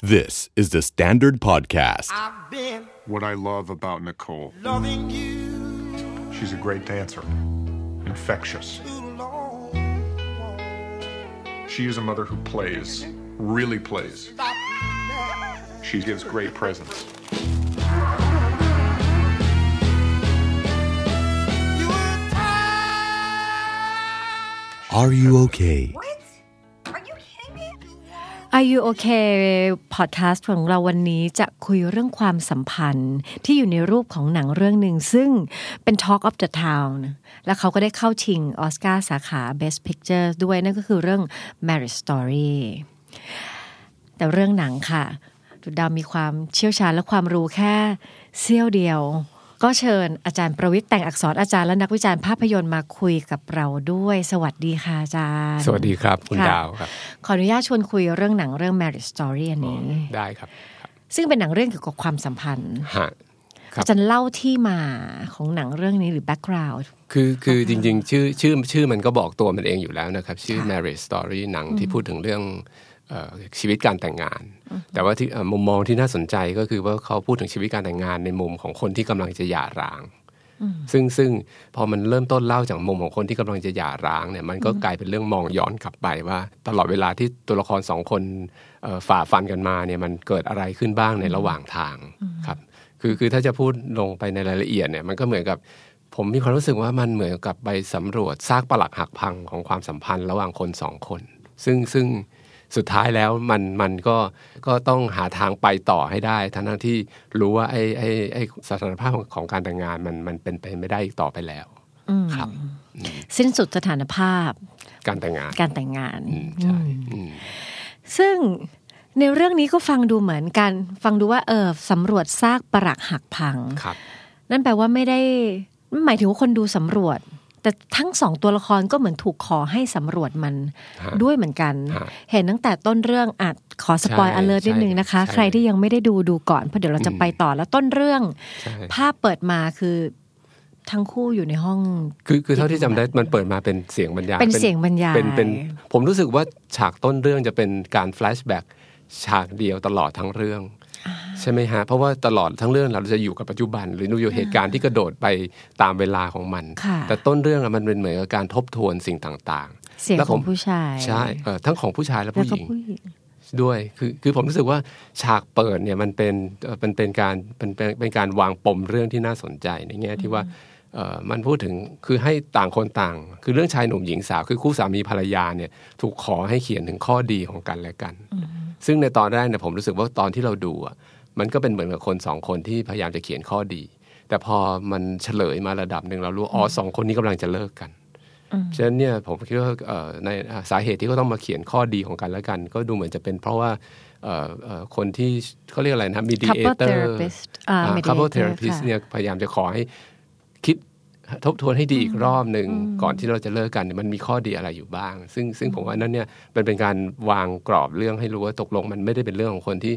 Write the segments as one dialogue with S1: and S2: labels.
S1: This is the Standard Podcast.
S2: I've been
S3: What I love about Nicole,
S2: loving you
S3: she's a great dancer, infectious.
S2: too long.
S3: She is a mother who plays, really plays. She gives great presents.
S2: You were tired.
S1: Are you okay?
S4: What? Are you kidding me?
S5: Are you okay พอดแคสต์ของเราวันนี้จะคุยเรื่องความสัมพันธ์ที่อยู่ในรูปของหนังเรื่องหนึ่งซึ่งเป็น Talk of the Town และเขาก็ได้เข้าชิงออสการ์สาขา Best Picture ด้วยนั่นก็คือเรื่อง Marriage Story แต่เรื่องหนังค่ะจุดดาวมีความเชี่ยวชาญและความรู้แค่เสี้ยวเดียว ก็เชิญอาจารย์ประวิทย์แต่งอักษรอาจารย์และนักวิจารณ์ภาพยนตร์มาคุยกับเราด้วย สวัสดีค่ะอาจารย์
S6: สวัสดีครับ คุณ
S5: ค่ะ
S6: ดาวครับ
S5: ขออนุญาตชวนคุยเรื่องหนังเรื่อง Marriage Story อันนี้
S6: ได้ครับ
S5: ซึ่งเป็นหนังเรื่องเกี่ยวกับความสัมพันธ์
S6: ฮะครับ
S5: อาจะเล่าที่มาของหนังเรื่องนี้หรือ background
S6: คือคือจริงๆ ชื่อชื่อชื่อมันก็บอกตัวมันเองอยู่แล้วนะครับ ชื่อ marriage story หนังที่พูดถึงเรื่องเอ่อชีวิตการแต่งงาน แต่ว่าที่เอ่อมุมมองที่น่าสนใจก็คือว่าเขาพูดถึงชีวิตการแต่งงานในมุมของคนที่กำลังจะหย่าร้าง ซึ่งซึ่งพอมันเริ่มต้นเล่าจากมุมของคนที่กำลังจะหย่าร้างเนี่ยมันก็กลายเป็นเรื่องมองย้อนกลับไปว่า ตลอดเวลาที่ตัวละครสองคนเอ่อฝ่าฟันกันมาเนี่ยมันเกิดอะไรขึ้นบ้างในระหว่างทางครับคือคือถ้าจะพูดลงไปในรายละเอียดเนี่ยมันก็เหมือนกับ ผมมีความรู้สึกว่ามันเหมือนกับไปสำรวจซากปลักหักพังของความสัมพันธ์ระหว่างคนสองคน ซึ่งซึ่งสุดท้ายแล้วมันมันก็ก็ต้องหาทางไปต่อให้ได้ ทั้งๆที่รู้ว่าไอ้ไอ้ไอ้สถานภาพของของการแต่งงานมันมันเป็นไปไม่ได้อีกต่อไปแล้วครับ
S5: สิ้นสุดสถานภาพ
S6: การแต่งงาน
S5: การแต่งงาน
S6: อืมใช่อืม
S5: ซึ่งในเรื่องนี้ก็ฟังดูเหมือนกัน ฟังดูว่าเออสำรวจซากปรักหักพัง
S6: ครับ
S5: นั่นแปลว่าไม่ได้หมายถึงว่าคนดูสำรวจ แต่ทั้งสองตัวละครก็เหมือนถูกขอให้สำรวจมัน
S6: ฮะ
S5: ด้วยเหมือนกัน
S6: ฮะ
S5: เห็นตั้งแต่ต้นเรื่องอาจขอสปอย
S6: ใช่
S5: อเลอร์นิดนึงนะคะ
S6: ใช่
S5: ใครที่ยังไม่ได้ดูดูก่อนเพราะเดี๋ยวเราจะไปต่อแล้วต้นเรื่อง
S6: ใช่
S5: ภาพเปิดมาคือทั้งคู่อยู่ในห้อง
S6: คือคือเท่าที่จำได้มันเปิดมาเป็นเสียงบรรยาย
S5: เป็นเสียงบรรยาย
S6: เป็นเป็นผมรู้สึกว่าฉากต้นเรื่องจะเป็นการแฟลชแบ็กฉากเดียวตลอดทั้งเรื่อง ใช่ไหมฮะ เพราะว่าตลอดทั้งเรื่องเราจะอยู่กับปัจจุบัน หรืออยู่เหตุการณ์ที่กระโดดไปตามเวลาของมัน
S5: ค่ะ
S6: แต่ต้นเรื่องอะมันเป็นเหมือนกับการทบทวนสิ่งต่างๆ
S5: เสียง
S6: แล้ว
S5: ของผู้ชาย
S6: ใช่เอ่อทั้งของผู้ชายและ
S5: แล้ว
S6: ผู้ห
S5: ก็
S6: ญิง
S5: ผู้หญิง
S6: ด้วยคือคือผมรู้สึกว่าฉากเปิดเนี่ยมันเป็นเอ่อมันเป็นการเป็นเป็นเป็นการวางปมเรื่องที่น่าสนใจในแง่ที่ว่าเอ่อมันพูดถึงคือให้ต่างคนต่าง คือเรื่องชายหนุ่มหญิงสาวคือคู่สามีภรรยาเนี่ยถูกขอให้เขียนถึงข้อดีของกันและกัน ซึ่งในตอนแรกเนี่ยผมรู้สึกว่าตอนที่เราดูอะมันก็เป็นเหมือนกับคนสองคนที่พยายามจะเขียนข้อดี แต่พอมันเฉลยมาระดับหนึ่งเรารู้อ๋อสองคนนี้กำลังจะเลิกกัน ฉะนั้นเนี่ยผมคิดว่าเอ่อในอ่าสาเหตุที่เขาต้องมาเขียนข้อดีของกันและกัน ก็ดูเหมือนจะเป็นเพราะว่าเอ่อเอ่อคนที่เขาเรียกอะไรนะ
S5: Couple
S6: mediator
S5: therapist อ่า mediator
S6: couple therapist
S5: ค่ะ
S6: เนี่ยพยายามจะขอให้คิดทบทวนให้ดีอีกรอบหนึ่งก่อนที่เราจะเลิกกันเนี่ยมันมีข้อดีอะไรอยู่บ้าง ซึ่งซึ่งผมว่านั่นเนี่ยมันเป็นการวางกรอบเรื่องให้รู้ว่าตกลงมันไม่ได้เป็นเรื่องของคนที่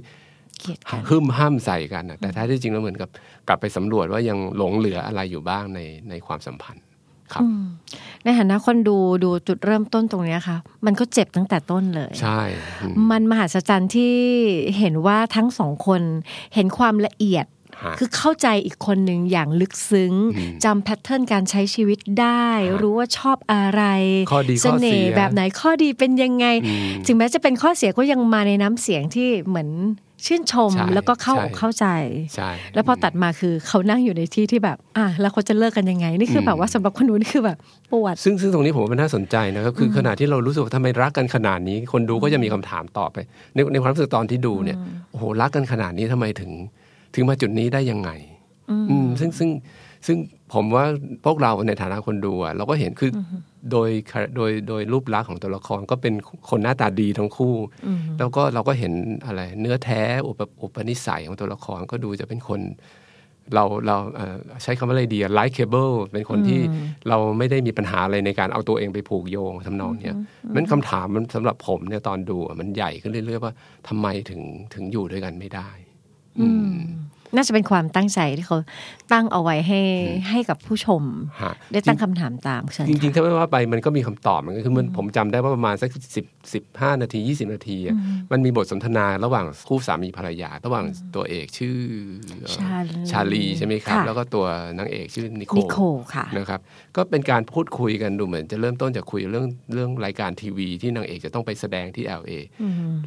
S5: เกลียดกัน
S6: หึมห้ามใส่กันน่ะแต่ถ้าที่จริงแล้วเหมือนกับกลับไปสำรวจว่ายังหลงเหลืออะไรอยู่บ้างในในความสัมพันธ์ครับ
S5: ในฐานะคนดูดูจุดเริ่มต้นตรงเนี้ยค่ะ มันก็เจ็บตั้งแต่ต้นเลย
S6: ใช่อืม
S5: มันมหัศจรรย์ที่เห็นว่าทั้งสองคนเห็นความละเอียด
S6: ฮะ
S5: คือเข้าใจอีกคนหนึ่งอย่างลึกซึ้งจำแพทเทิร์นการใช้ชีวิตได้ รู้ว่าชอบอะไร
S6: ข้อดีข้
S5: เส
S6: อเสีย
S5: น่ห์แบบไหนข้อดีเป็นยังไง ถึงแม้จะเป็นข้อเสียก็ยังมาในน้ำเสียงที่เหมือนชื่นชม
S6: ใช่
S5: แล้วก็เข้า
S6: ใช่
S5: อกเข้าใจ
S6: ใช่
S5: แล้วพอตัดมาคือเขานั่งอยู่ในที่ที่แบบ อ่ะแล้วเขาจะเลิกกันยังไง นี่คือแบบว่าสำหรับคนนู้นนี่คือแบบปวด
S6: ซึ่งซึ่งตรงนี้ผมว่ามันน่าสนใจนะครับ คือขณะที่เรารู้สึกว่าทำไมรักกันขนาดนี้ คนดูก็จะมีคำถามต่อไปในในความรู้สึกตอนที่ดูเนี่ยโอ้โหรักกันขนาดนี้ทำไมถึง ถึงมาจุดนี้ได้ยังไง อืมซึ่งซึ่งซึ่งผมว่าพวกเราในฐานะคนดูอะเราก็เห็นคืออโดยโดยโดยรูปลักษณ์ของตัวละครก็เป็นคนหน้าตาดีทั้งคู่ แล้วก็เราก็เห็นอะไร เนื้อแท้อุปอุปนิสัยของตัวละครก็ดูจะเป็นคน เราเราเอ่อใช้คำว่าอะไรดีไลค์เคเบิลเป็นคนที่เราไม่ได้มีปัญหาอะไรในการเอาตัวเองไปผูกโยงทำนองเนี้ยมันคำถามมันสำหรับผมเนี่ยตอนดูอะมันใหญ่ขึ้นเรื่อยๆว่าทำไมถึงถึงอยู่ด้วยกันไม่ได้ อืม
S5: น่าจะเป็นความตั้งใจที่เขาตั้งเอาไว้ให้ให้กับผู้ชม
S6: ฮะ
S5: ได้ตั้งคำถามตามเชิญ
S6: จริงๆ
S5: ค่ะ
S6: ถ้าไม่ว่าไปมันก็มีคำตอบมันก็คือมันผมจำได้ว่าประมาณสักสิบสิบห้านาทียี่สิบนาทีอะมันมีบทสนทนาระหว่างคู่สามีภรรยา ระหว่างตัวเอกชื่อเอ่อ
S5: ชาลี
S6: ชาลีใช่ไหมครับ
S5: ะ
S6: แล้วก็ตัวนางเอกชื่อนิ
S5: นิโคลค่ะ
S6: นะครับก็เป็นการพูดคุยกันดูเหมือนจะเริ่มต้นจากคุยเรื่องเรื่องรายการทีวีที่นางเอกจะต้องไปแสดงที่ LA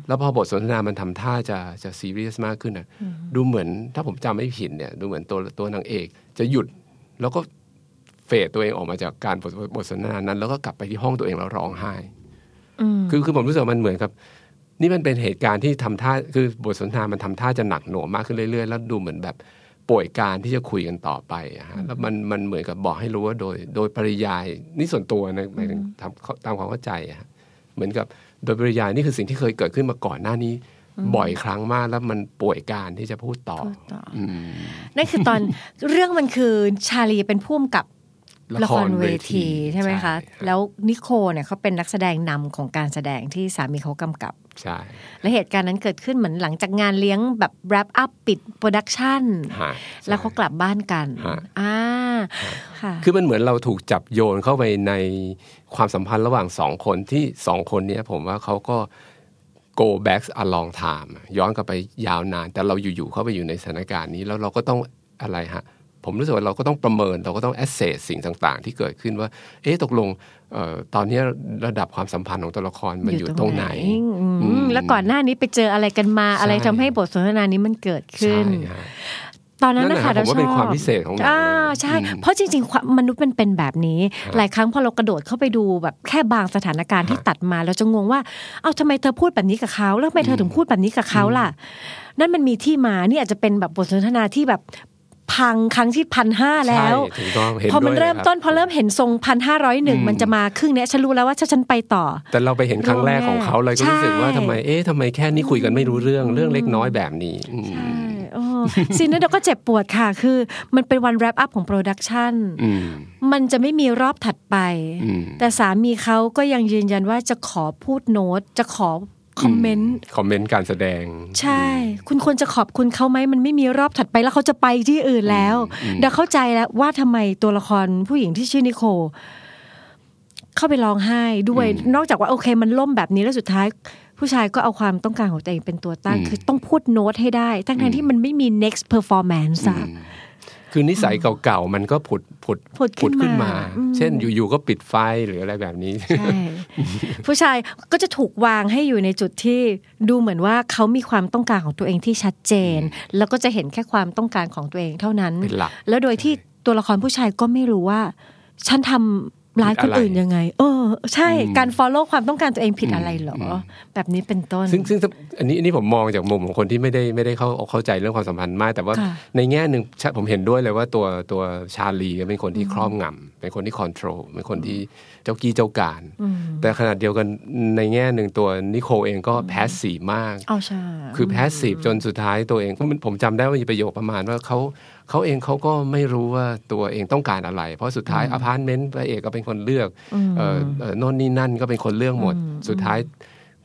S6: แล้วพอบทสนทนามันทำท่าจะจะซีเรียสมากขึ้นอ่ะดูเหมือนถ้าผมจำไม่ผิดเนี่ยดูเหมือนตัวตัวนางเอกจะหยุดแล้วก็ เฟดตัวเองออกมาจากการบทบทสนทนานั้น แล้วก็กลับไปที่ห้องตัวเองแล้วร้องไห้คือคือผมรู้สึกว่ามันเหมือนกับ นี่มันเป็นเหตุการณ์ที่ทำท่าคือบทสนทนามันทำท่าจะหนักหน่วงมากขึ้นเรื่อยๆ แล้วดูเหมือนแบบป่วยการที่จะคุยกันต่อไปอะฮะแล้วมันมันเหมือนกับบอกให้รู้ว่าโดยโดยปริยายนี่ส่วนตัวนะหมายถึงทำเข้าตามความเข้าใจอะฮะเหมือนกับโดยปริยายนี่คือสิ่งที่เคยเกิดขึ้นมาก่อนหน้านี้ บ่อยครั้งมากแล้วมันป่วยการที่จะพูดต่อ
S5: พูดต่ออื
S6: ม
S5: นั่นคือตอน เรื่องมันคือชาลีเป็นผู้กำกับ
S6: ละครเวที
S5: ใช่ไหมคะ
S6: ใช่
S5: แล้วนิโคลเนี่ยเขาเป็นนักแสดงนำของการแสดงที่สามีเขากำกับ
S6: ใช่
S5: และเหตุการณ์นั้นเกิดขึ้นเหมือนหลังจากงานเลี้ยงแบบ wrap up ปิดโปรดักชัน
S6: ฮะ
S5: แล้วเขากลับบ้านกัน
S6: ฮะ
S5: อ่าค่ะ
S6: คือมันเหมือนเราถูกจับโยนเข้าไปในความสัมพันธ์ระหว่างสองคนที่สองคนเนี้ยผมว่าเขาก็ go back a long time อะย้อนกลับไปยาวนาน แต่เราอยู่ๆเข้าไปอยู่ในสถานการณ์นี้ แล้วเราก็ต้องอะไรฮะ ผมรู้สึกว่าเราก็ต้องประเมินเราก็ต้อง assess สิ่งต่างๆ ที่เกิดขึ้นว่า เอ๊ะตกลงเออตอนเนี้ยระดับความสัมพันธ์ของตัวละครมันอยู่ตรงไหน
S5: อืม
S6: อืม
S5: แล้วก่อนหน้านี้ไปเจออะไรกันมา
S6: ใช่
S5: อะไรทำให้บทสนทนานี้มันเกิดขึ้
S6: ใช่
S5: น
S6: ฮะ
S5: ตอนนั้น
S6: นั่น
S5: นะ
S6: แหละ
S5: คะ
S6: ครั
S5: เรา
S6: บ
S5: ช
S6: ผม
S5: อบ
S6: ว่าเป็นความพิเศษของหนังเลย
S5: อ่าใช่
S6: อืม
S5: เพราะจริงๆความมนุษย์มันเป็นแบบนี้ หลายครั้งพอเรากระโดดเข้าไปดูแบบแค่บางสถานการณ์ที่ตัดมาเราจะงงว่า เอาทำไมเธอพูดแบบนี้กับเขาแล้วทำไมเธอถึงพูดแบบนี้กับเขาล่ะ นั่นมันมีที่มานี่อาจจะเป็นแบบบทสนทนาที่แบบพังครั้งที่พันห้าแล้ว
S6: ใช่ถูกต้องเห็น
S5: พอมัน
S6: ด้วย
S5: เริ่ม
S6: ครับ
S5: ต้นพอเริ่มเห็นทรงพันห้าร้อยหนึ่งมันจะมาครึ่งเนี้ยฉันรู้แล้วว่าถ้าฉันไปต่อ
S6: แต่เราไปเห็นครั้งแรกของเขาเลยก็รู้สึกว่า
S5: ใช่
S6: ทำไมเอ๊ะทำไมแค่นี้คุยกันไม่รู้เรื่องเรื่องเล็กน้อยแบบนี้อืม
S5: ใช่โอ้ ซีนนั้นเราก็เจ็บปวดค่ะ คือมันเป็นวันแรปอัพของโปรดักชัน
S6: อืม
S5: มันจะไม่มีรอบถัดไป
S6: อืม
S5: แต่สามีเขาก็ยังยืนยันว่าจะขอพูดโน้ต จะขอคอมเมนต์
S6: คอมเมนต์การแสดง
S5: ใช่ คุณควรจะขอบคุณเขาไหม มันไม่มีรอบถัดไปแล้วเขาจะไปที่อื่นแล้วเราเข้าใจแล้วว่าทำไมตัวละครผู้หญิงที่ชื่อนิโคลเข้าไปร้องไห้ด้วย นอกจากว่าโอเค มันล่มแบบนี้แล้วสุดท้าย ผู้ชายก็เอาความต้องการของตัวเองเป็นตัวตั้ง คือต้องพูดโน้ตให้ได้ ทั้งๆที่มันไม่มี next performance อะ
S6: คือนิสัยเก่าๆ มันก็ผุดผุด
S5: ผุดขึ้นมาอืม
S6: เช่นอยู่ๆ ก็ปิดไฟหรืออะไรแบบนี้
S5: ใช่ ผู้ชายก็จะถูกวางให้อยู่ในจุดที่ดูเหมือนว่าเขามีความต้องการของตัวเองที่ชัดเจน แล้วก็จะเห็นแค่ความต้องการของตัวเองเท่านั้น
S6: เป็นหลัก
S5: แล้วโดยที่ตัวละครผู้ชายก็ไม่รู้ว่า ฉันทำร้ายคนอื่นยังไง เออ ใช่การ follow ความต้องการตัวเองผิดอะไรเหรอ แบบนี้เป็นต้น
S6: ซึ่งซึ่งซึ่งอันนี้อันนี้ผมมองจากมุมของคนที่ไม่ได้ไม่ได้เข้าเข้าใจเรื่องความสัมพันธ์มาก แต่ว่า
S5: ค่ะ
S6: ในแง่หนึ่งชะผมเห็นด้วยเลยว่าตัวตัวชาลีเป็นคนที่ครอบงำเป็นคนที่คอนโทรลเป็นคนที่เจ้ากี้เจ้าการ แต่ขนาดเดียวกันในแง่หนึ่งตัวนิโคลเองก็แพสซีฟมาก
S5: เอาใช่
S6: คือแพสซีฟจนสุดท้ายตัวเองผมผมจำได้ว่ามีประโยคประมาณว่าเขาเขาเองเขาก็ไม่รู้ว่าตัวเองต้องการอะไร เพราะสุดท้ายอพาร์ตเมนต์พระเอกก็เป็นคนเลือกเอ่อเอ่อโน่นนี่นั่นก็เป็นคนเลือกหมด สุดท้าย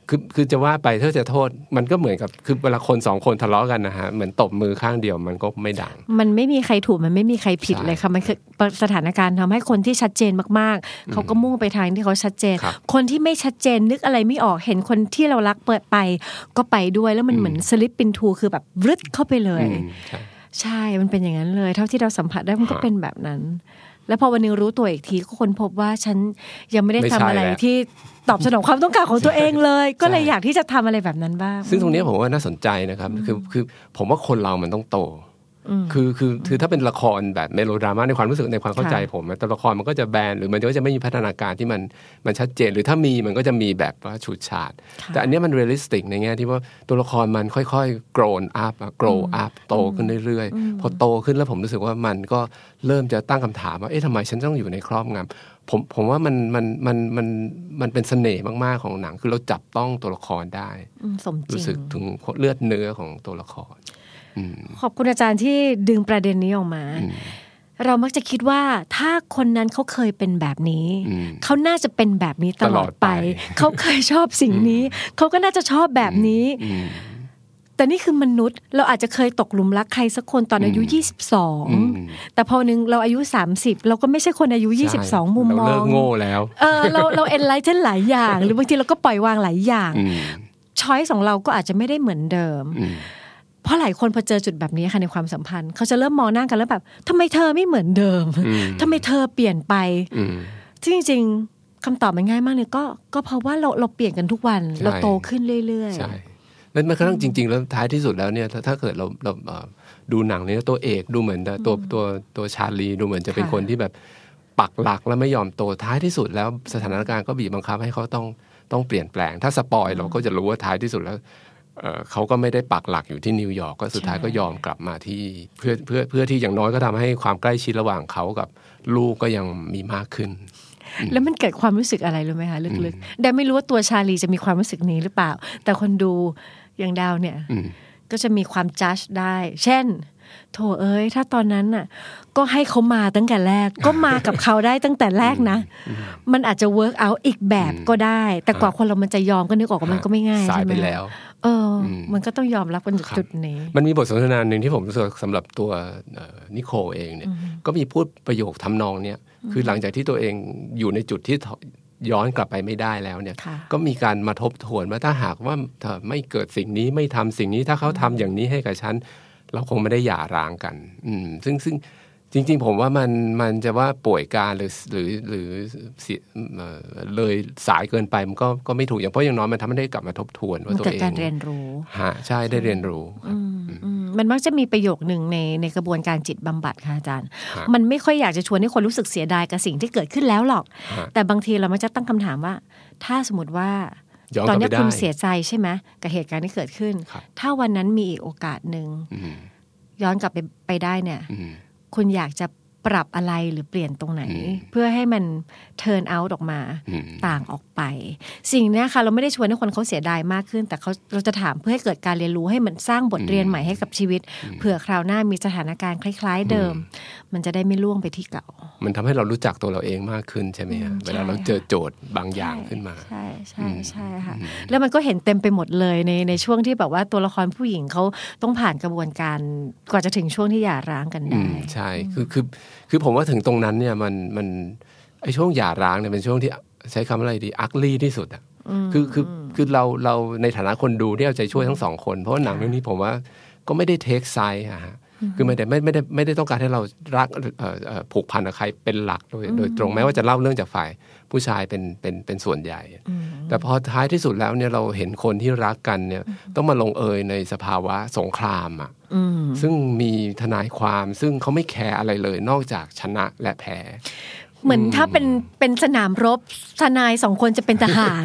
S6: คือคือจะว่าไปถ้าจะโทษมันก็เหมือนกับคือเวลาคนสองคนทะเลาะกันนะฮะเหมือนตบมือข้างเดียวมันก็ไม่ดัง
S5: มันไม่มีใครถูกมันไม่มีใครผิด
S6: ใช่
S5: เลยค่ะมันคือสถานการณ์ทำให้คนที่ชัดเจนมากๆ เขาก็มุ่งไปทางที่เขาชัดเจน
S6: ครับ
S5: คนที่ไม่ชัดเจนนึกอะไรไม่ออกเห็นคนที่เรารักเปิดไป ก็ไปด้วยแล้วมันเหมือนสลิปปินทูคือแบบรึดเข้าไปเลย
S6: อืมใช่
S5: ใช่ มันเป็นอย่างนั้นเลย เท่าที่เราสัมผัสได้มันก็เป็นแบบนั้น แล้วพอวันหนึงรู้ตัวอีกทีก็ค้นพบว่าฉันยังไม่ได้ทำอะไรที่ตอบสนองความต้องการของตัวเองเลย ก็เลยอยากที่จะทำอะไรแบบนั้นบ้าง
S6: ซึ่งตรงเนี้ยผมว่าน่าสนใจนะครับคือคือผมว่าคนเรามันต้องโต คือคือคือถ้าเป็นละครแบบเมโลดราม่าในความรู้สึกในความเข้าใจ
S5: ค่ะ
S6: ผมอะตัวละครมันก็จะแบนหรือมันก็จะไม่มีพัฒนาการที่มันมันชัดเจน หรือถ้ามีมันก็จะมีแบบว่าฉูดฉาด แต่อันเนี้ยมันเรียลลิสติกในแง่ที่ว่าตัวละครมันค่อยๆ grow up อะ grow up โตขึ้นเรื่อยๆ พอโตขึ้นแล้วผมรู้สึกว่ามันก็เริ่มจะตั้งคำถามว่าเอ๊ะทำไมฉันต้องอยู่ในครอบงำผมผมว่ามันมันมันมันมันเป็นเสน่ห์มากๆของหนัง คือเราจับต้องตัวละครได้
S5: อืมสมจริ
S6: รู้สึก
S5: ง
S6: ถึงเลือดเนื้อของตัวละคร
S5: ขอบคุณอาจารย์ที่ดึงประเด็นนี้ออกมา เรามักจะคิดว่าถ้าคนนั้นเขาเคยเป็นแบบนี้ เขาน่าจะเป็นแบบนี้ตลอด
S6: ตลอด
S5: ไป
S6: ไป
S5: เขาเคยชอบสิ่งนี้ เขาก็น่าจะชอบแบบนี้ แต่นี่คือมนุษย์เราอาจจะเคยตกหลุมรักใครสักคนตอนอายุ 22 แต่พอหนึ่งเราอายุ 30 เราก็ไม่ใช่คนอายุ 22 มุมมอ
S6: เราเลิ
S5: ง
S6: กโง่แล้ว
S5: เออเราเราเอ็นไลท์เช่นหลายอย่าง หรือบางทีเราก็ปล่อยวางหลายอย่าง
S6: อืม
S5: ช้อยของเราก็อาจจะไม่ได้เหมือนเดิม
S6: อืม
S5: เพราะหลายคนพอเจอจุดแบบนี้ค่ะในความสัมพันธ์ เขาจะเริ่มมองหน้ากันแล้วแบบทำไมเธอไม่เหมือนเดิม
S6: อืม
S5: ทำไมเธอเปลี่ยนไป
S6: อืม
S5: จริงๆคำตอบมันง่ายมากเลยก็ก็เพราะว่าเราเราเปลี่ยนกันทุกวัน
S6: ใช่
S5: เราโตขึ้นเรื่อยๆ
S6: ใช่แล้วมันกระทั่งจริง ๆ แล้วท้ายที่สุดแล้วเนี่ยถ้าถ้าเกิดเราเราเอ่อดูหนังเนี่ยตัวเอกดูเหมือนจะตัวตัวตัวชาลีดูเหมือนจะเป็น
S5: ค่ะ
S6: คนที่แบบปักหลักแล้วไม่ยอมโตท้ายที่สุดแล้วสถานการณ์ก็บีบบังคับให้เขาต้องต้องเปลี่ยนแปลง ถ้าสปอยเราก็จะรู้ว่าท้ายที่สุดแล้วเอ่อเขาก็ไม่ได้ปักหลักอยู่ที่นิวยอร์กก็สุดท้าย
S5: ใช่
S6: ก็ยอมกลับมาที่เพื่อเพื่อเพื่อที่อย่างน้อยก็ทำให้ความใกล้ชิดระหว่างเขากับลูกก็ยังมีมากขึ้น
S5: แล้วมันเกิดความรู้สึกอะไรรู้ไหมคะลึกๆแดนไม่รู้ว่าตัวชาลีจะมีความรู้สึกนี้หรือเปล่า แต่คนดูอย่างดาวเนี่ย
S6: อืม
S5: ก็จะมีความจัดได้ เช่น โถเอ้ย ถ้าตอนนั้นน่ะ ก็ให้เขามาตั้งแต่แรก ก็มากับเขาได้ตั้งแต่แรกนะ มันอาจจะเวิร์กเอาอีกแบบก็ได้ แต่กว่าคนเรามันจะยอมก็นึกออกว่ามันก็ไม่ง่าย
S6: สาย
S5: ใช่หม
S6: ไปแล้ว
S5: เอออ มันก็ต้องยอมรับกันจุดนี้
S6: มันมีบทสนทนาหนึ่งที่ผมรู้สึกสำหรับตัวเอ่อนิโคลเองเนี่ยก็มีพูดประโยคทำนองเนี่ยคือหลังจากที่ตัวเองอยู่ในจุดที่ถอย้อนกลับไปไม่ได้แล้วเนี่ย
S5: ค่ะ
S6: ก็มีการมาทบทวนว่าถ้าหากว่าถ้าไม่เกิดสิ่งนี้ไม่ทำสิ่งนี้ถ้าเขาทำอย่างนี้ให้กับฉัน เราคงไม่ได้หย่าร้างกันอืมซึ่งซึ่งจริง ๆ ผมว่ามันมันจะว่าป่วยการหรือหรือหรือเสียเอ่อเลยสายเกินไปมันก็ก็ไม่ถูกอย่างเพราะอย่างน้อยมันทำให้ได้กลับมาทบทวนว่า
S5: มัน
S6: ตัว
S5: เกิด
S6: เอง
S5: การเรียนรู้
S6: ฮะใช่ได้เรียนรู้
S5: อืมมันมักจะมีประโยคหนึ่งในในกระบวนการจิตบำบัดค่ะอาจารย์
S6: ฮะ
S5: มันไม่ค่อยอยากจะชวนให้คนรู้สึกเสียดายกับสิ่งที่เกิดขึ้นแล้วหรอก
S6: ฮะ
S5: แต่บางทีเรามักจะตั้งคำถามว่า ถ้าสมมติว่า
S6: ย้อน
S5: ตอ
S6: กลั
S5: น
S6: บไป
S5: เนี้ย
S6: ได้
S5: คุณเสียใจใช่ไหมกับเหตุการณ์ที่เกิดขึ้น
S6: ครับ
S5: ถ้าวันนั้นมีอีกโอกาสหนึ่ง
S6: อืม
S5: ย้อนกลับไปไปได้เนี่ย
S6: อืม
S5: คุณอยากจะปรับอะไรหรือเปลี่ยนตรงไหน
S6: อืม
S5: เพื่อให้มันเทิร์นเอาออกมา
S6: อืม
S5: ต่างออกไป สิ่งเนี้ยค่ะ เราไม่ได้ชวนให้คนเขาเสียดายมากขึ้น แต่เขาเราจะถามเพื่อให้เกิดการเรียนรู้ให้มันสร้างบทเรียนใหม่ให้กับชีวิตเผื่อคราวหน้ามีสถานการณ์คล้าย ๆ เดิม มันจะได้ไม่ล่วงไปที่เก่า
S6: มันทำให้เรารู้จักตัวเราเองมากขึ้นใช่ไหมฮะเวลาเราเจอโจทย์บางอย่างขึ้นมา
S5: ใช่ใช่ใช่ค่ะ แล้วมันก็เห็นเต็มไปหมดเลยในในช่วงที่แบบว่าตัวละครผู้หญิงเขาต้องผ่านกระบวนการกว่าจะถึงช่วงที่หย่าร้างกัน
S6: อื
S5: ได้
S6: มใช่คือคือคือผมว่าถึงตรงนั้นเนี่ยมันมันไอช่วงหย่าร้างเนี่ยเป็นช่วงที่ใช้คำอะไรดีอักลี่ที่สุดอ่ะคือคือคือเราเราในฐานะคนดูที่เอาใจช่วยทั้งสองคน เพราะว่าหนังเรื่องนี้ผมว่าก็ไม่ได้เทคไซส์อะฮะคือไม่ได้ไม่ไม่ได้ไม่ได้ต้องการให้เรารักเอ่อเอ่อผูกพันกับใครเป็นหลักโดยโดยตรงแม้ว่าจะเล่าเรื่องจากฝ่ายผู้ชายเป็นเป็นเป็นส่วนใหญ่ แต่พอท้ายที่สุดแล้วเนี่ยเราเห็นคนที่รักกันเนี่ยต้องมาลงเอยในสภาวะสงครามอ่ะ ซึ่งมีทนายความซึ่งเขาไม่แคร์อะไรเลยนอกจากชนะและแพ้
S5: เหมือนถ้าเป็นเป็นสนามรบทนายสองคนจะเป็นทหาร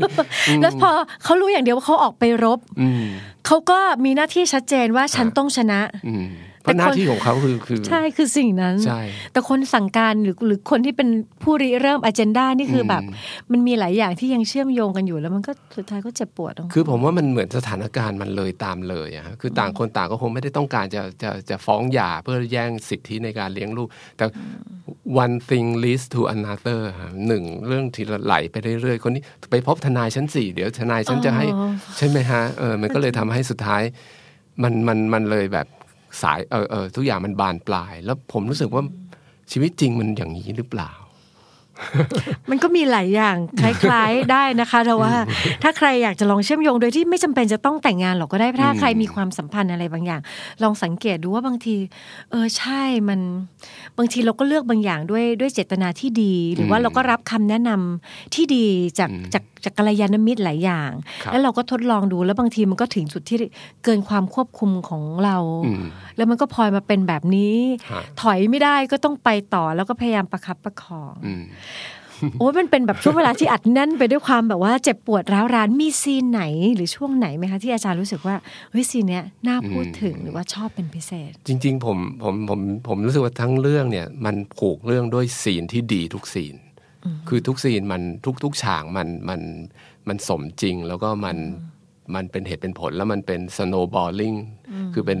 S5: แล้วพอเขารู้อย่างเดียวว่าเขาออกไปรบ
S6: อืม
S5: เขาก็มีหน้าที่ชัดเจนว่าฉันต้องชนะ
S6: อืมเพราะหน้าที่ของเขาคือคือ
S5: ใช่คือสิ่งนั้น
S6: ใช่
S5: แต่คนสั่งการหรือหรือคนที่เป็นผู้ริเริ่มอเจนดานี่คืออ
S6: ม
S5: แบบ มันมีหลายอย่างที่ยังเชื่อมโยงกันอยู่แล้วมันก็สุดท้ายก็เจ็บปวดตรง
S6: คือผมว่ามันเหมือนสถานการณ์มันเลยตามเลยอะฮะคือต่างคนต่างก็คงไม่ได้ต้องการจะจะจะฟ้องหย่าเพื่อแย่งสิทธิในการเลี้ยงลูก แต่ one thing leads to another ฮะหนึ่งเรื่องทีละไหลไปเรื่อยๆ คนนี้ไปพบทนายชั้นสี่เดี๋ยวทนายฉันจะให้ ใช่ไหมฮะเออมันก็เลยทำให้สุดท้าย มันมันมันเลยแบบสายเออเออทุกอย่างมันบานปลาย แล้วผมรู้สึกว่าชีวิตจริงมันอย่างนี้หรือเปล่า
S5: มันก็มีหลายอย่างคล้ายๆ ได้นะคะแต่ว่า ถ้าใครอยากจะลองเชื่อมโยงโดยที่ไม่จำเป็นจะต้องแต่งงานหรอกก็ได้ถ้าใครมีความสัมพันธ์อะไรบางอย่าง ลองสังเกตดูว่าบางที เออใช่มันบางทีเราก็เลือกบางอย่างด้วยด้วยเจตนาที่ดี หรือว่าเราก็รับคำแนะนำที่ดีจากจากจากกัลยาณมิตรหลายอย่าง
S6: ครับ
S5: แล้วเราก็ทดลองดูแล้วบางทีมันก็ถึงจุดที่เกินความควบคุมของเรา
S6: อืม
S5: แล้วมันก็พลอยมาเป็นแบบนี้
S6: ฮะ
S5: ถอยไม่ได้ก็ต้องไปต่อแล้วก็พยายามประคับประคอง
S6: อืม
S5: โอ้ยมันเป็นแบบช่วงเวลาที่อัดแน่นไปด้วยความแบบว่าเจ็บปวดร้าวรานมีซีนไหนหรือช่วงไหนไหมคะที่อาจารย์รู้สึกว่าเฮ้ยซีนเนี้ยน่าพูดถึงหรือว่าชอบเป็นพิเศษ
S6: จริงๆ ผมผมผมผมรู้สึกว่าทั้งเรื่องเนี่ยมันผูกเรื่องด้วยซีนที่ดีทุกซีน คือทุกซีนมันทุกทุกฉากมันมันมันสมจริงแล้วก็มันมันเป็นเหตุเป็นผลแล้วมันเป็น snowballing คือเป็น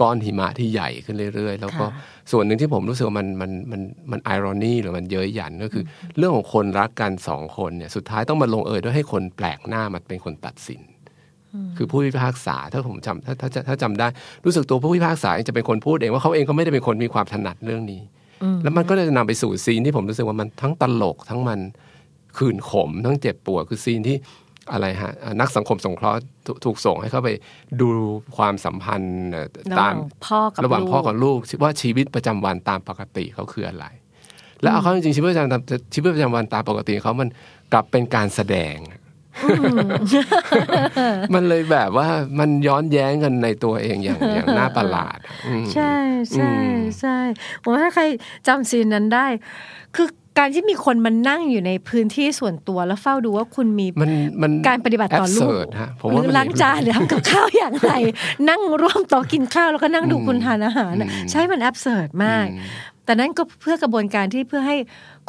S6: ก้อนหิมะที่ใหญ่ขึ้นเรื่อยๆ แล้วก็
S5: ค่ะ
S6: ส่วนหนึ่งที่ผมรู้สึกว่ามันมันมันมันไอรอนีหรือมันเย้ยหยันก็คืออเรื่องของคนรักกันสองคนเนี่ยสุดท้ายต้องมาลงเอยด้วยให้คนแปลกหน้ามาเป็นคนตัดสิน คือผู้พิพากษาถ้าผมจำถ้าถ้าถ้าจำได้รู้สึกตัวผู้พิพากษาเองจะเป็นคนพูดเองว่าเขาเองก็ไม่ได้เป็นคนมีความถนัดเรื่องนี้ แล้วมันก็เลยจะนำไปสู่ซีนที่ผมรู้สึกว่ามันทั้งตลกทั้งมันขื่นขม ทั้งเจ็บปวดคือซีนที่อะไรฮะอ่านักสังคมสงเคราะห์ถูถูกส่งให้เข้าไปดูความสัมพันธ์เอ่อตาม
S5: ระหว่างพ่อกับลูก
S6: ระหว่างพ่อกับลูกว่าชีวิตประจำวันตามปกติเขาคืออะไร แล้วเอาเขาจริงๆชีวิตประจำวันชีวิตประจำวันตามปกติของเขามันกลับเป็นการแสดง มันเลยแบบว่ามันย้อนแย้งกันในตัวเองอย่างอย่างน่าประหลาดอืม
S5: ใช่ใช่
S6: อืม
S5: ใช่ผมว่าถ้าใครจำซีนนั้นได้ คือการที่มีคนมันนั่งอยู่ในพื้นที่ส่วนตัวแล้วเฝ้าดูว่าคุณมี
S6: มันมัน
S5: การปฏิบัติต่อลูก
S6: แบเสิร์ดฮะผม
S5: ห
S6: ว่า
S5: รื
S6: มั
S5: อน ล้างจานหรือทำกับข้าวอย่างไร นั่งร่วมโต๊ะกินข้าวแล้วก็นั่งดูคุณทานอาหารน่ะ
S6: อืม
S5: ใช่มันแอบเสิร์ดมาก แต่นั่นก็เพื่อกระบวนการที่เพื่อให้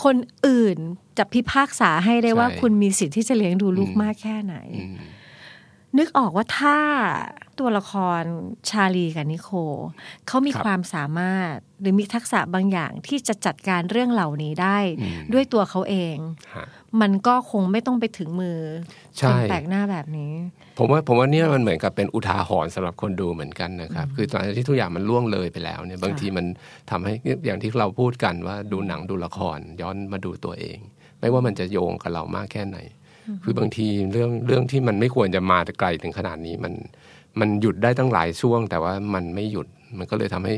S5: คนอื่นจะพิพากษาให้ได้ว่าคุณมีสิทธิ์ที่จะเลี้ยงดูลูกมากแค่ไหน
S6: อืม
S5: นึกออกว่าถ้าตัวละครชาลีกับนิโคลเขามี
S6: ครับ
S5: ความสามารถหรือมีทักษะบางอย่างที่จะจัดการเรื่องเหล่านี้ได้ ด้วยตัวเขาเอง
S6: ฮะ
S5: มันก็คงไม่ต้องไปถึงมือ
S6: ใช่
S5: คนแปลกหน้าแบบนี้
S6: ผมว่าผมว่าเนี่ยมันเหมือนกับเป็นอุทาหรณ์สำหรับคนดูเหมือนกันนะครับ คือตอนที่ทุกอย่างมันล่วงเลยไปแล้วเนี่ยบางทีมันทำให้อย่างที่เราพูดกันว่าดูหนังดูละคร ย้อนมาดูตัวเอง ไม่ว่ามันจะโยงกับเรามากแค่ไหน คือบางทีเรื่องเรื่องที่มันไม่ควรจะมาไกลถึงขนาดนี้มันมันหยุดได้ตั้งหลายช่วง แต่ว่ามันไม่หยุดมันก็เลยทำให้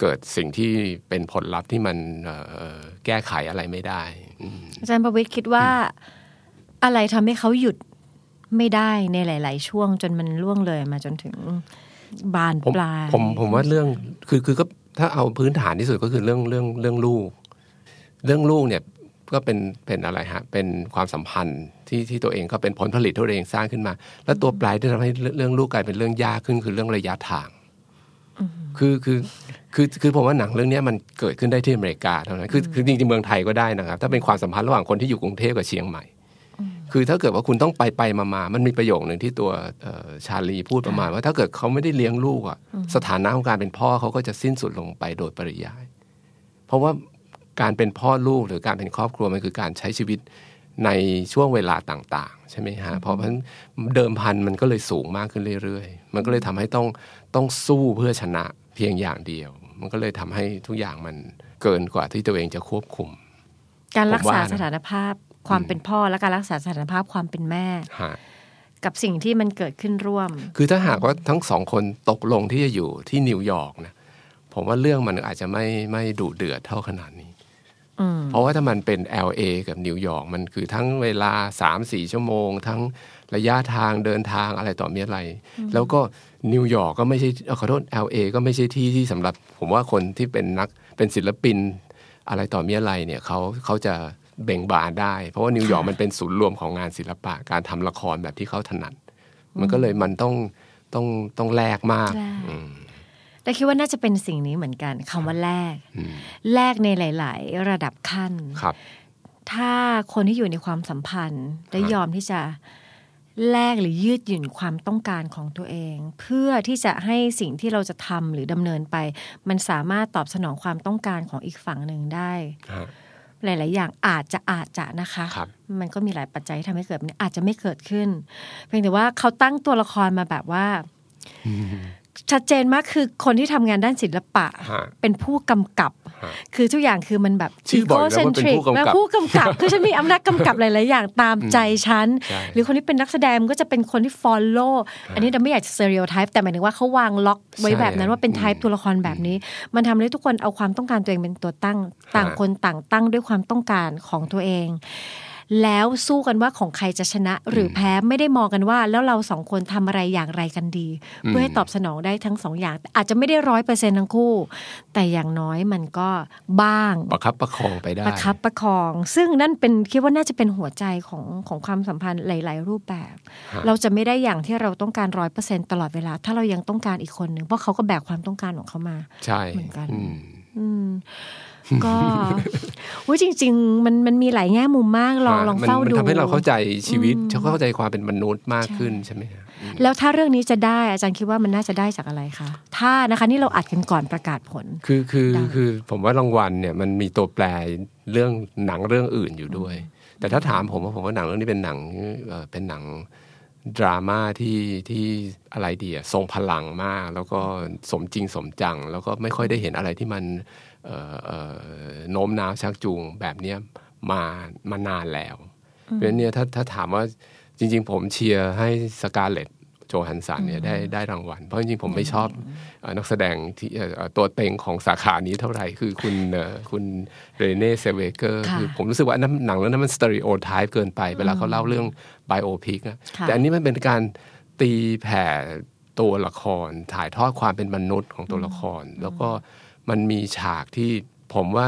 S6: เกิดสิ่งที่เป็นผลลัพธ์ที่มันเอ่อแก้ไขอะไรไม่ได้อืม
S5: อาจารย์ประวิทย์คิดว่าอะไรทำให้เขาหยุดไม่ได้ในหลาย ๆ ช่วงจนมันล่วงเลยมาจนถึงบาน
S6: ผม
S5: ปลาย
S6: ผมผมว่าเรื่องคือคือก็ถ้าเอาพื้นฐานที่สุดก็คือเรื่องเรื่องเรื่องลูก เรื่องลูกเนี่ยก็เป็นเป็นอะไรฮะเป็นความสัมพันธ์ที่ที่ตัวเองก็เป็นผลผลิตที่ตัวเองสร้างขึ้นมา แล้วตัวปลายที่ทำให้เรื่องเรื่องลูกกลายเป็นเรื่องยากขึ้นคือเรื่องระยะทาง คือคือคือคือผมว่าหนังเรื่องเนี้ยมันเกิดขึ้นได้ที่อเมริกาเท่านั้นคือคือจริงๆเมืองไทยก็ได้นะครับ ถ้าเป็นความสัมพันธ์ระหว่างคนที่อยู่กรุงเทพกับเชียงใหม่ คือถ้าเกิดว่าคุณต้องไปไปมามามันมีประโยคหนึ่งที่ตัวเอ่อชาลีพูดประมาณว่าถ้าเกิดเขาไม่ได้เลี้ยงลูกอ่ะสถานะของการเป็นพ่อเขาก็จะสิ้นสุดลงไปโดยปริยาย เพราะว่าการเป็นพ่อลูกหรือการเป็นครอบครัวมันคือการใช้ชีวิตในช่วงเวลาต่าง ๆ ใช่ไหมฮะเพราะมันเดิมพันมันก็เลยสูงมากขึ้นเรื่อยๆ มันก็เลยทำให้ต้องต้องสู้เพื่อชนะเพียงอย่างเดียว มันก็เลยทำให้ทุกอย่างมันเกินกว่าที่ตัวเองจะควบคุม
S5: การรักษา
S6: ผมว่านะ
S5: สถานภาพความเป็นพ่อและการรักษาสถานภาพความเป็นแม่
S6: ฮะ
S5: กับสิ่งที่มันเกิดขึ้นร่วม
S6: คือถ้าหากว่าทั้งสองคนตกลงที่จะอยู่ที่นิวยอร์กนะผมว่าเรื่องมันอาจจะไม่ไม่ดุเดือดเท่าขนาดนี้เพราะว่าถ้ามันเป็น LA กับนิวยอร์กมันคือทั้งเวลา 3 4 ชั่วโมง ทั้งระยะทางเดินทางอะไรต่อมีอะไร แล้วก็นิวยอร์กก็ไม่ใช่เอ่อขอโทษ LA ก็ไม่ใช่ที่ที่สำหรับ ผมว่าคนที่เป็นนักเป็นศิลปิน อะไรต่อมีอะไรเนี่ยเขาเขาจะเบ่งบานได้ เพราะว่านิวยอร์กมันเป็นศูนย์รวมของงานศิลปะการทำละครแบบที่เขาถนัด มันก็เลยมันต้องต้องต้องแลกมาก
S5: แลก
S6: อืม
S5: แต่คิดว่าน่าจะเป็นสิ่งนี้เหมือนกันคำว่าแลก
S6: อืม
S5: แลกในหลาย ๆ ระดับขั้น
S6: ครับ
S5: ถ้าคนที่อยู่ในความสัมพันธ์ได้
S6: ครับ
S5: ยอมที่จะแลกหรือยืดหยุ่นความต้องการของตัวเอง เพื่อที่จะให้สิ่งที่เราจะทำหรือดำเนินไป มันสามารถตอบสนองความต้องการของอีกฝั่งหนึ่งได้
S6: ฮะ
S5: หลาย ๆ อย่างอาจจะอาจจะนะคะ
S6: ครับ
S5: มันก็มีหลายปัจจัยที่ทำให้เกิดอาจจะไม่เกิดขึ้น เพียงแต่ว่าเขาตั้งตัวละครมาแบบว่า ชัดเจนมากคือคนที่ทำงานด้านศิลปะ
S6: ฮะ
S5: เป็นผู้กำกับ
S6: ฮะ
S5: คือทุกอย่างคือมันแบบ
S6: ชื่อบอกอยู่แล้วว่าเป็นผู้
S5: egocentric
S6: กำกับ
S5: และผู้ กำกับ คือฉันมีอำนาจกำกับหลาย ๆ อย่างตามใจฉัน
S6: ใช่
S5: หรือคนที่เป็นนักแสดงมันก็จะเป็นคนที่ follow อันนี้เราไม่อยากจะ stereotype แต่หมายถึงว่าเขาวางล็อกไว้แบบนั้นว่าเป็น type ตัวละครแบบนี้ มันทำให้ทุกคนเอาความต้องการตัวเองเป็นตัวตั้ง ต่างคนต่างตั้งด้วยความต้องการของตัวเอง แล้วสู้กันว่าของใครจะชนะ หรือแพ้ไม่ได้มองกันว่า แล้วเราสองคนทำอะไรอย่างไรกันดี เพื่อให้ตอบสนองได้ทั้งสองอย่าง อาจจะไม่ได้ร้อยเปอร์เซ็นทั้งคู่ แต่อย่างน้อยมันก็บ้าง
S6: ประคับประคองไปได้
S5: ประคับประคอง ซึ่งนั่นเป็นคิดว่าน่าจะเป็นหัวใจของของความสัมพันธ์หลาย ๆ รูปแบบ
S6: ฮะ
S5: เราจะไม่ได้อย่างที่เราต้องการร้อยเปอร์เซ็นตลอดเวลา ถ้าเรายังต้องการอีกคนหนึ่งเพราะเขาก็แบกความต้องการของเขา มา
S6: ใช่
S5: เหมือนกัน
S6: อืม
S5: อืม ก็ว่าจริง ๆ มันมันมีหลายแง่มุมมากลอง
S6: ฮะ
S5: ลอง
S6: มัน
S5: เฝ้าดู
S6: มันทำให้เราเข้าใจชีวิตเข้าใจความเป็นมนุษย์มากขึ้นใช่ไหมฮะอืม
S5: แล้วถ้าเรื่องนี้จะได้อาจารย์คิดว่ามันน่าจะได้จากอะไรคะถ้านะคะนี่เราอัดกันก่อนประกาศผล
S6: คือคือ
S5: ได้
S6: คือผมว่ารางวัลเนี่ยมันมีตัวแปรเรื่องหนังเรื่องอื่นอยู่ด้วย แต่ถ้าถามผมว่าผมว่าหนังเรื่องนี้เป็นหนังเอ่อเป็นหนัง ดราม่าที่ที่อะไรดีอะทรงพลังมาก แล้วก็สมจริงสมจัง แล้วก็ไม่ค่อยได้เห็นอะไรที่มันเอ่อเอ่อโน้มน้าวชักจูงแบบเนี้ยมามานานแล้ว เพราะฉะนั้นเนี่ยถ้าถ้าถามว่าจริง ๆ ผมเชียร์ให้สกาเลตโจฮันสันเนี่ยได้ได้รางวัล เพราะจริงๆ ผมไม่ชอบเอ่อนักแสดงที่เอ่อเอ่อตัวเต็งของสาขานี้เท่าไหร่ คือคุณเอ่อคุณเรเน่เซเวเกอร์
S5: ค่ะ
S6: คือผมรู้สึกว่าอันนั้นหนังเรื่องนั้นมันสเตอริโอไทป์เกินไป เวลาเขาเล่าเรื่องไบโอพิกอะ
S5: ค่ะ
S6: แต่อันนี้มันเป็นการตีแผ่ตัวละคร ถ่ายทอดความเป็นมนุษย์ของตัวละคร แล้วก็มันมีฉากที่ผมว่า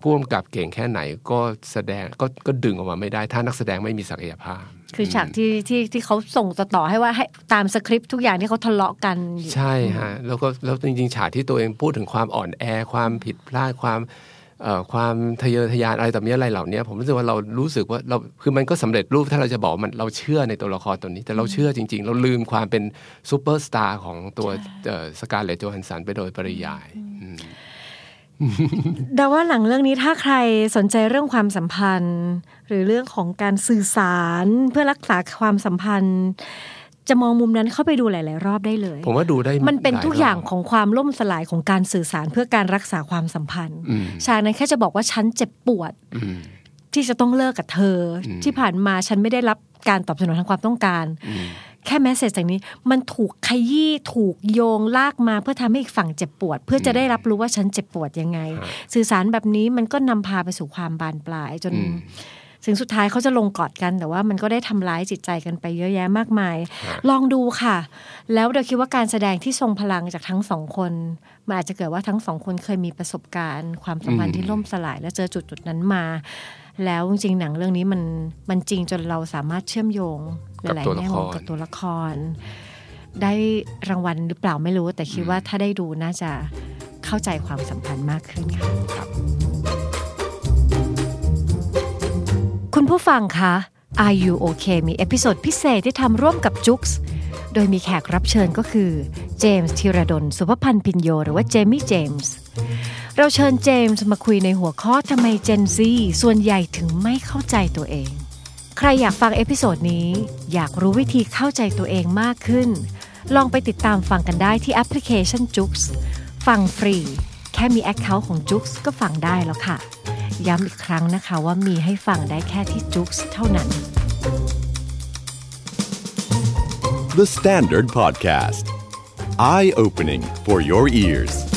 S6: พ่วงกับเก่งแค่ไหนก็แสดงก็ก็ดึงออกมาไม่ได้ ถ้านักแสดงไม่มีศักยภาพ
S5: คือฉากที่ที่ที่เขาส่งต่อให้ว่าให้ตามสคริปต์ทุกอย่างที่เขาทะเลาะกันอยู่
S6: ใช่ฮะแล้วก็แล้วจริงๆฉากที่ตัวเองพูดถึงความอ่อนแอ ความผิดพลาดความเอ่อความทะเยอทะยานอะไรต่อมีอะไรเหล่านี้ผมรู้สึกว่าเรารู้สึกว่าเราคือมันก็สำเร็จรูปถ้าเราจะบอกว่ามันเราเชื่อในตัวละครตัวนี้ แต่เราเชื่อจริง ๆ เราลืมความเป็นซูเปอร์สตาร์ของตัวสกาเลตโจฮันสันไปโดยปริยายอืม
S5: เดาว่าหลังเรื่องนี้ถ้าใครสนใจเรื่องความสัมพันธ์ หรือเรื่องของการสื่อสารเพื่อรักษาความสัมพันธ์ จะมองมุมนั้นเข้าไปดูหลาย ๆ รอบได้เลย
S6: ผมว่าดูได้
S5: มันเป็น
S6: หล
S5: ทุกอย่าง
S6: รบ
S5: ของความล่มสลายของการสื่อสารเพื่อการรักษาความสัมพันธ์
S6: อืม
S5: ฉากนั้นแค่จะบอกว่าฉันเจ็บปวด
S6: อืม
S5: ที่จะต้องเลิกกับเธออที่ผ่านมาฉันไม่ได้รับการตอบสนองทางความต้องการ แค่แมสเซจจากนี้มันถูกขยี้ถูกโยงลากมาเพื่อทำให้อีกฝั่งเจ็บปวด เพื่อจะได้รับรู้ว่าฉันเจ็บปวดยังไง สื่อสารแบบนี้มันก็นำพาไปสู่ความบานปลายจน ถึงสุดท้ายเขาจะลงกอดกัน แต่ว่ามันก็ได้ทำร้ายจิตใจกันไปเยอะแยะมากมาย ลองดูค่ะ แล้วเราคิดว่าการแสดงที่ทรงพลังจากทั้งสองคนมันอาจจะเกิดว่าทั้งสองคนเคยมีประสบการณ์ ความสัมพันธ์ที่ล่มสลาย และเจอจุดจุดๆนั้นมา แล้วจริงๆหนังเรื่องนี้มันมันจริงจนเราสามารถเชื่อมโยงห
S6: กับ
S5: ลาย
S6: ตัว
S5: ๆ
S6: ละ
S5: แง่
S6: คร
S5: มุมกับตัวละคร ได้รางวัลหรือเปล่าไม่รู้ แต่คิดว่าถ้าได้ดูน่าจะเข้าใจความสัมพันธ์มากขึ้นค่ะ คุณผู้ฟังคะ Are You Okay มีเอพิโซดพิเศษที่ทำร่วมกับจุ๊กส์โดยมีแขกรับเชิญก็คือ เจมส์ธีรดล สุภพันธ์พินโย หรือว่าเจมี่เจมส์ เราเชิญเจมส์มาคุยในหัวข้อทำไมเจนซีส่วนใหญ่ถึงไม่เข้าใจตัวเอง ใครอยากฟังเอพิโซดนี้ อยากรู้วิธีเข้าใจตัวเองมากขึ้น ลองไปติดตามฟังกันได้ที่แอปพลิเคชันจุ๊กส์ฟังฟรี แค่มี Account ของจุ๊กส์ก็ฟังได้แล้วค่ะ ย้ำอีกครั้งนะคะว่ามีให้ฟังได้แค่ที่จุ๊กส์เท่านั้น
S1: The Standard Podcast. Eye opening for your ears.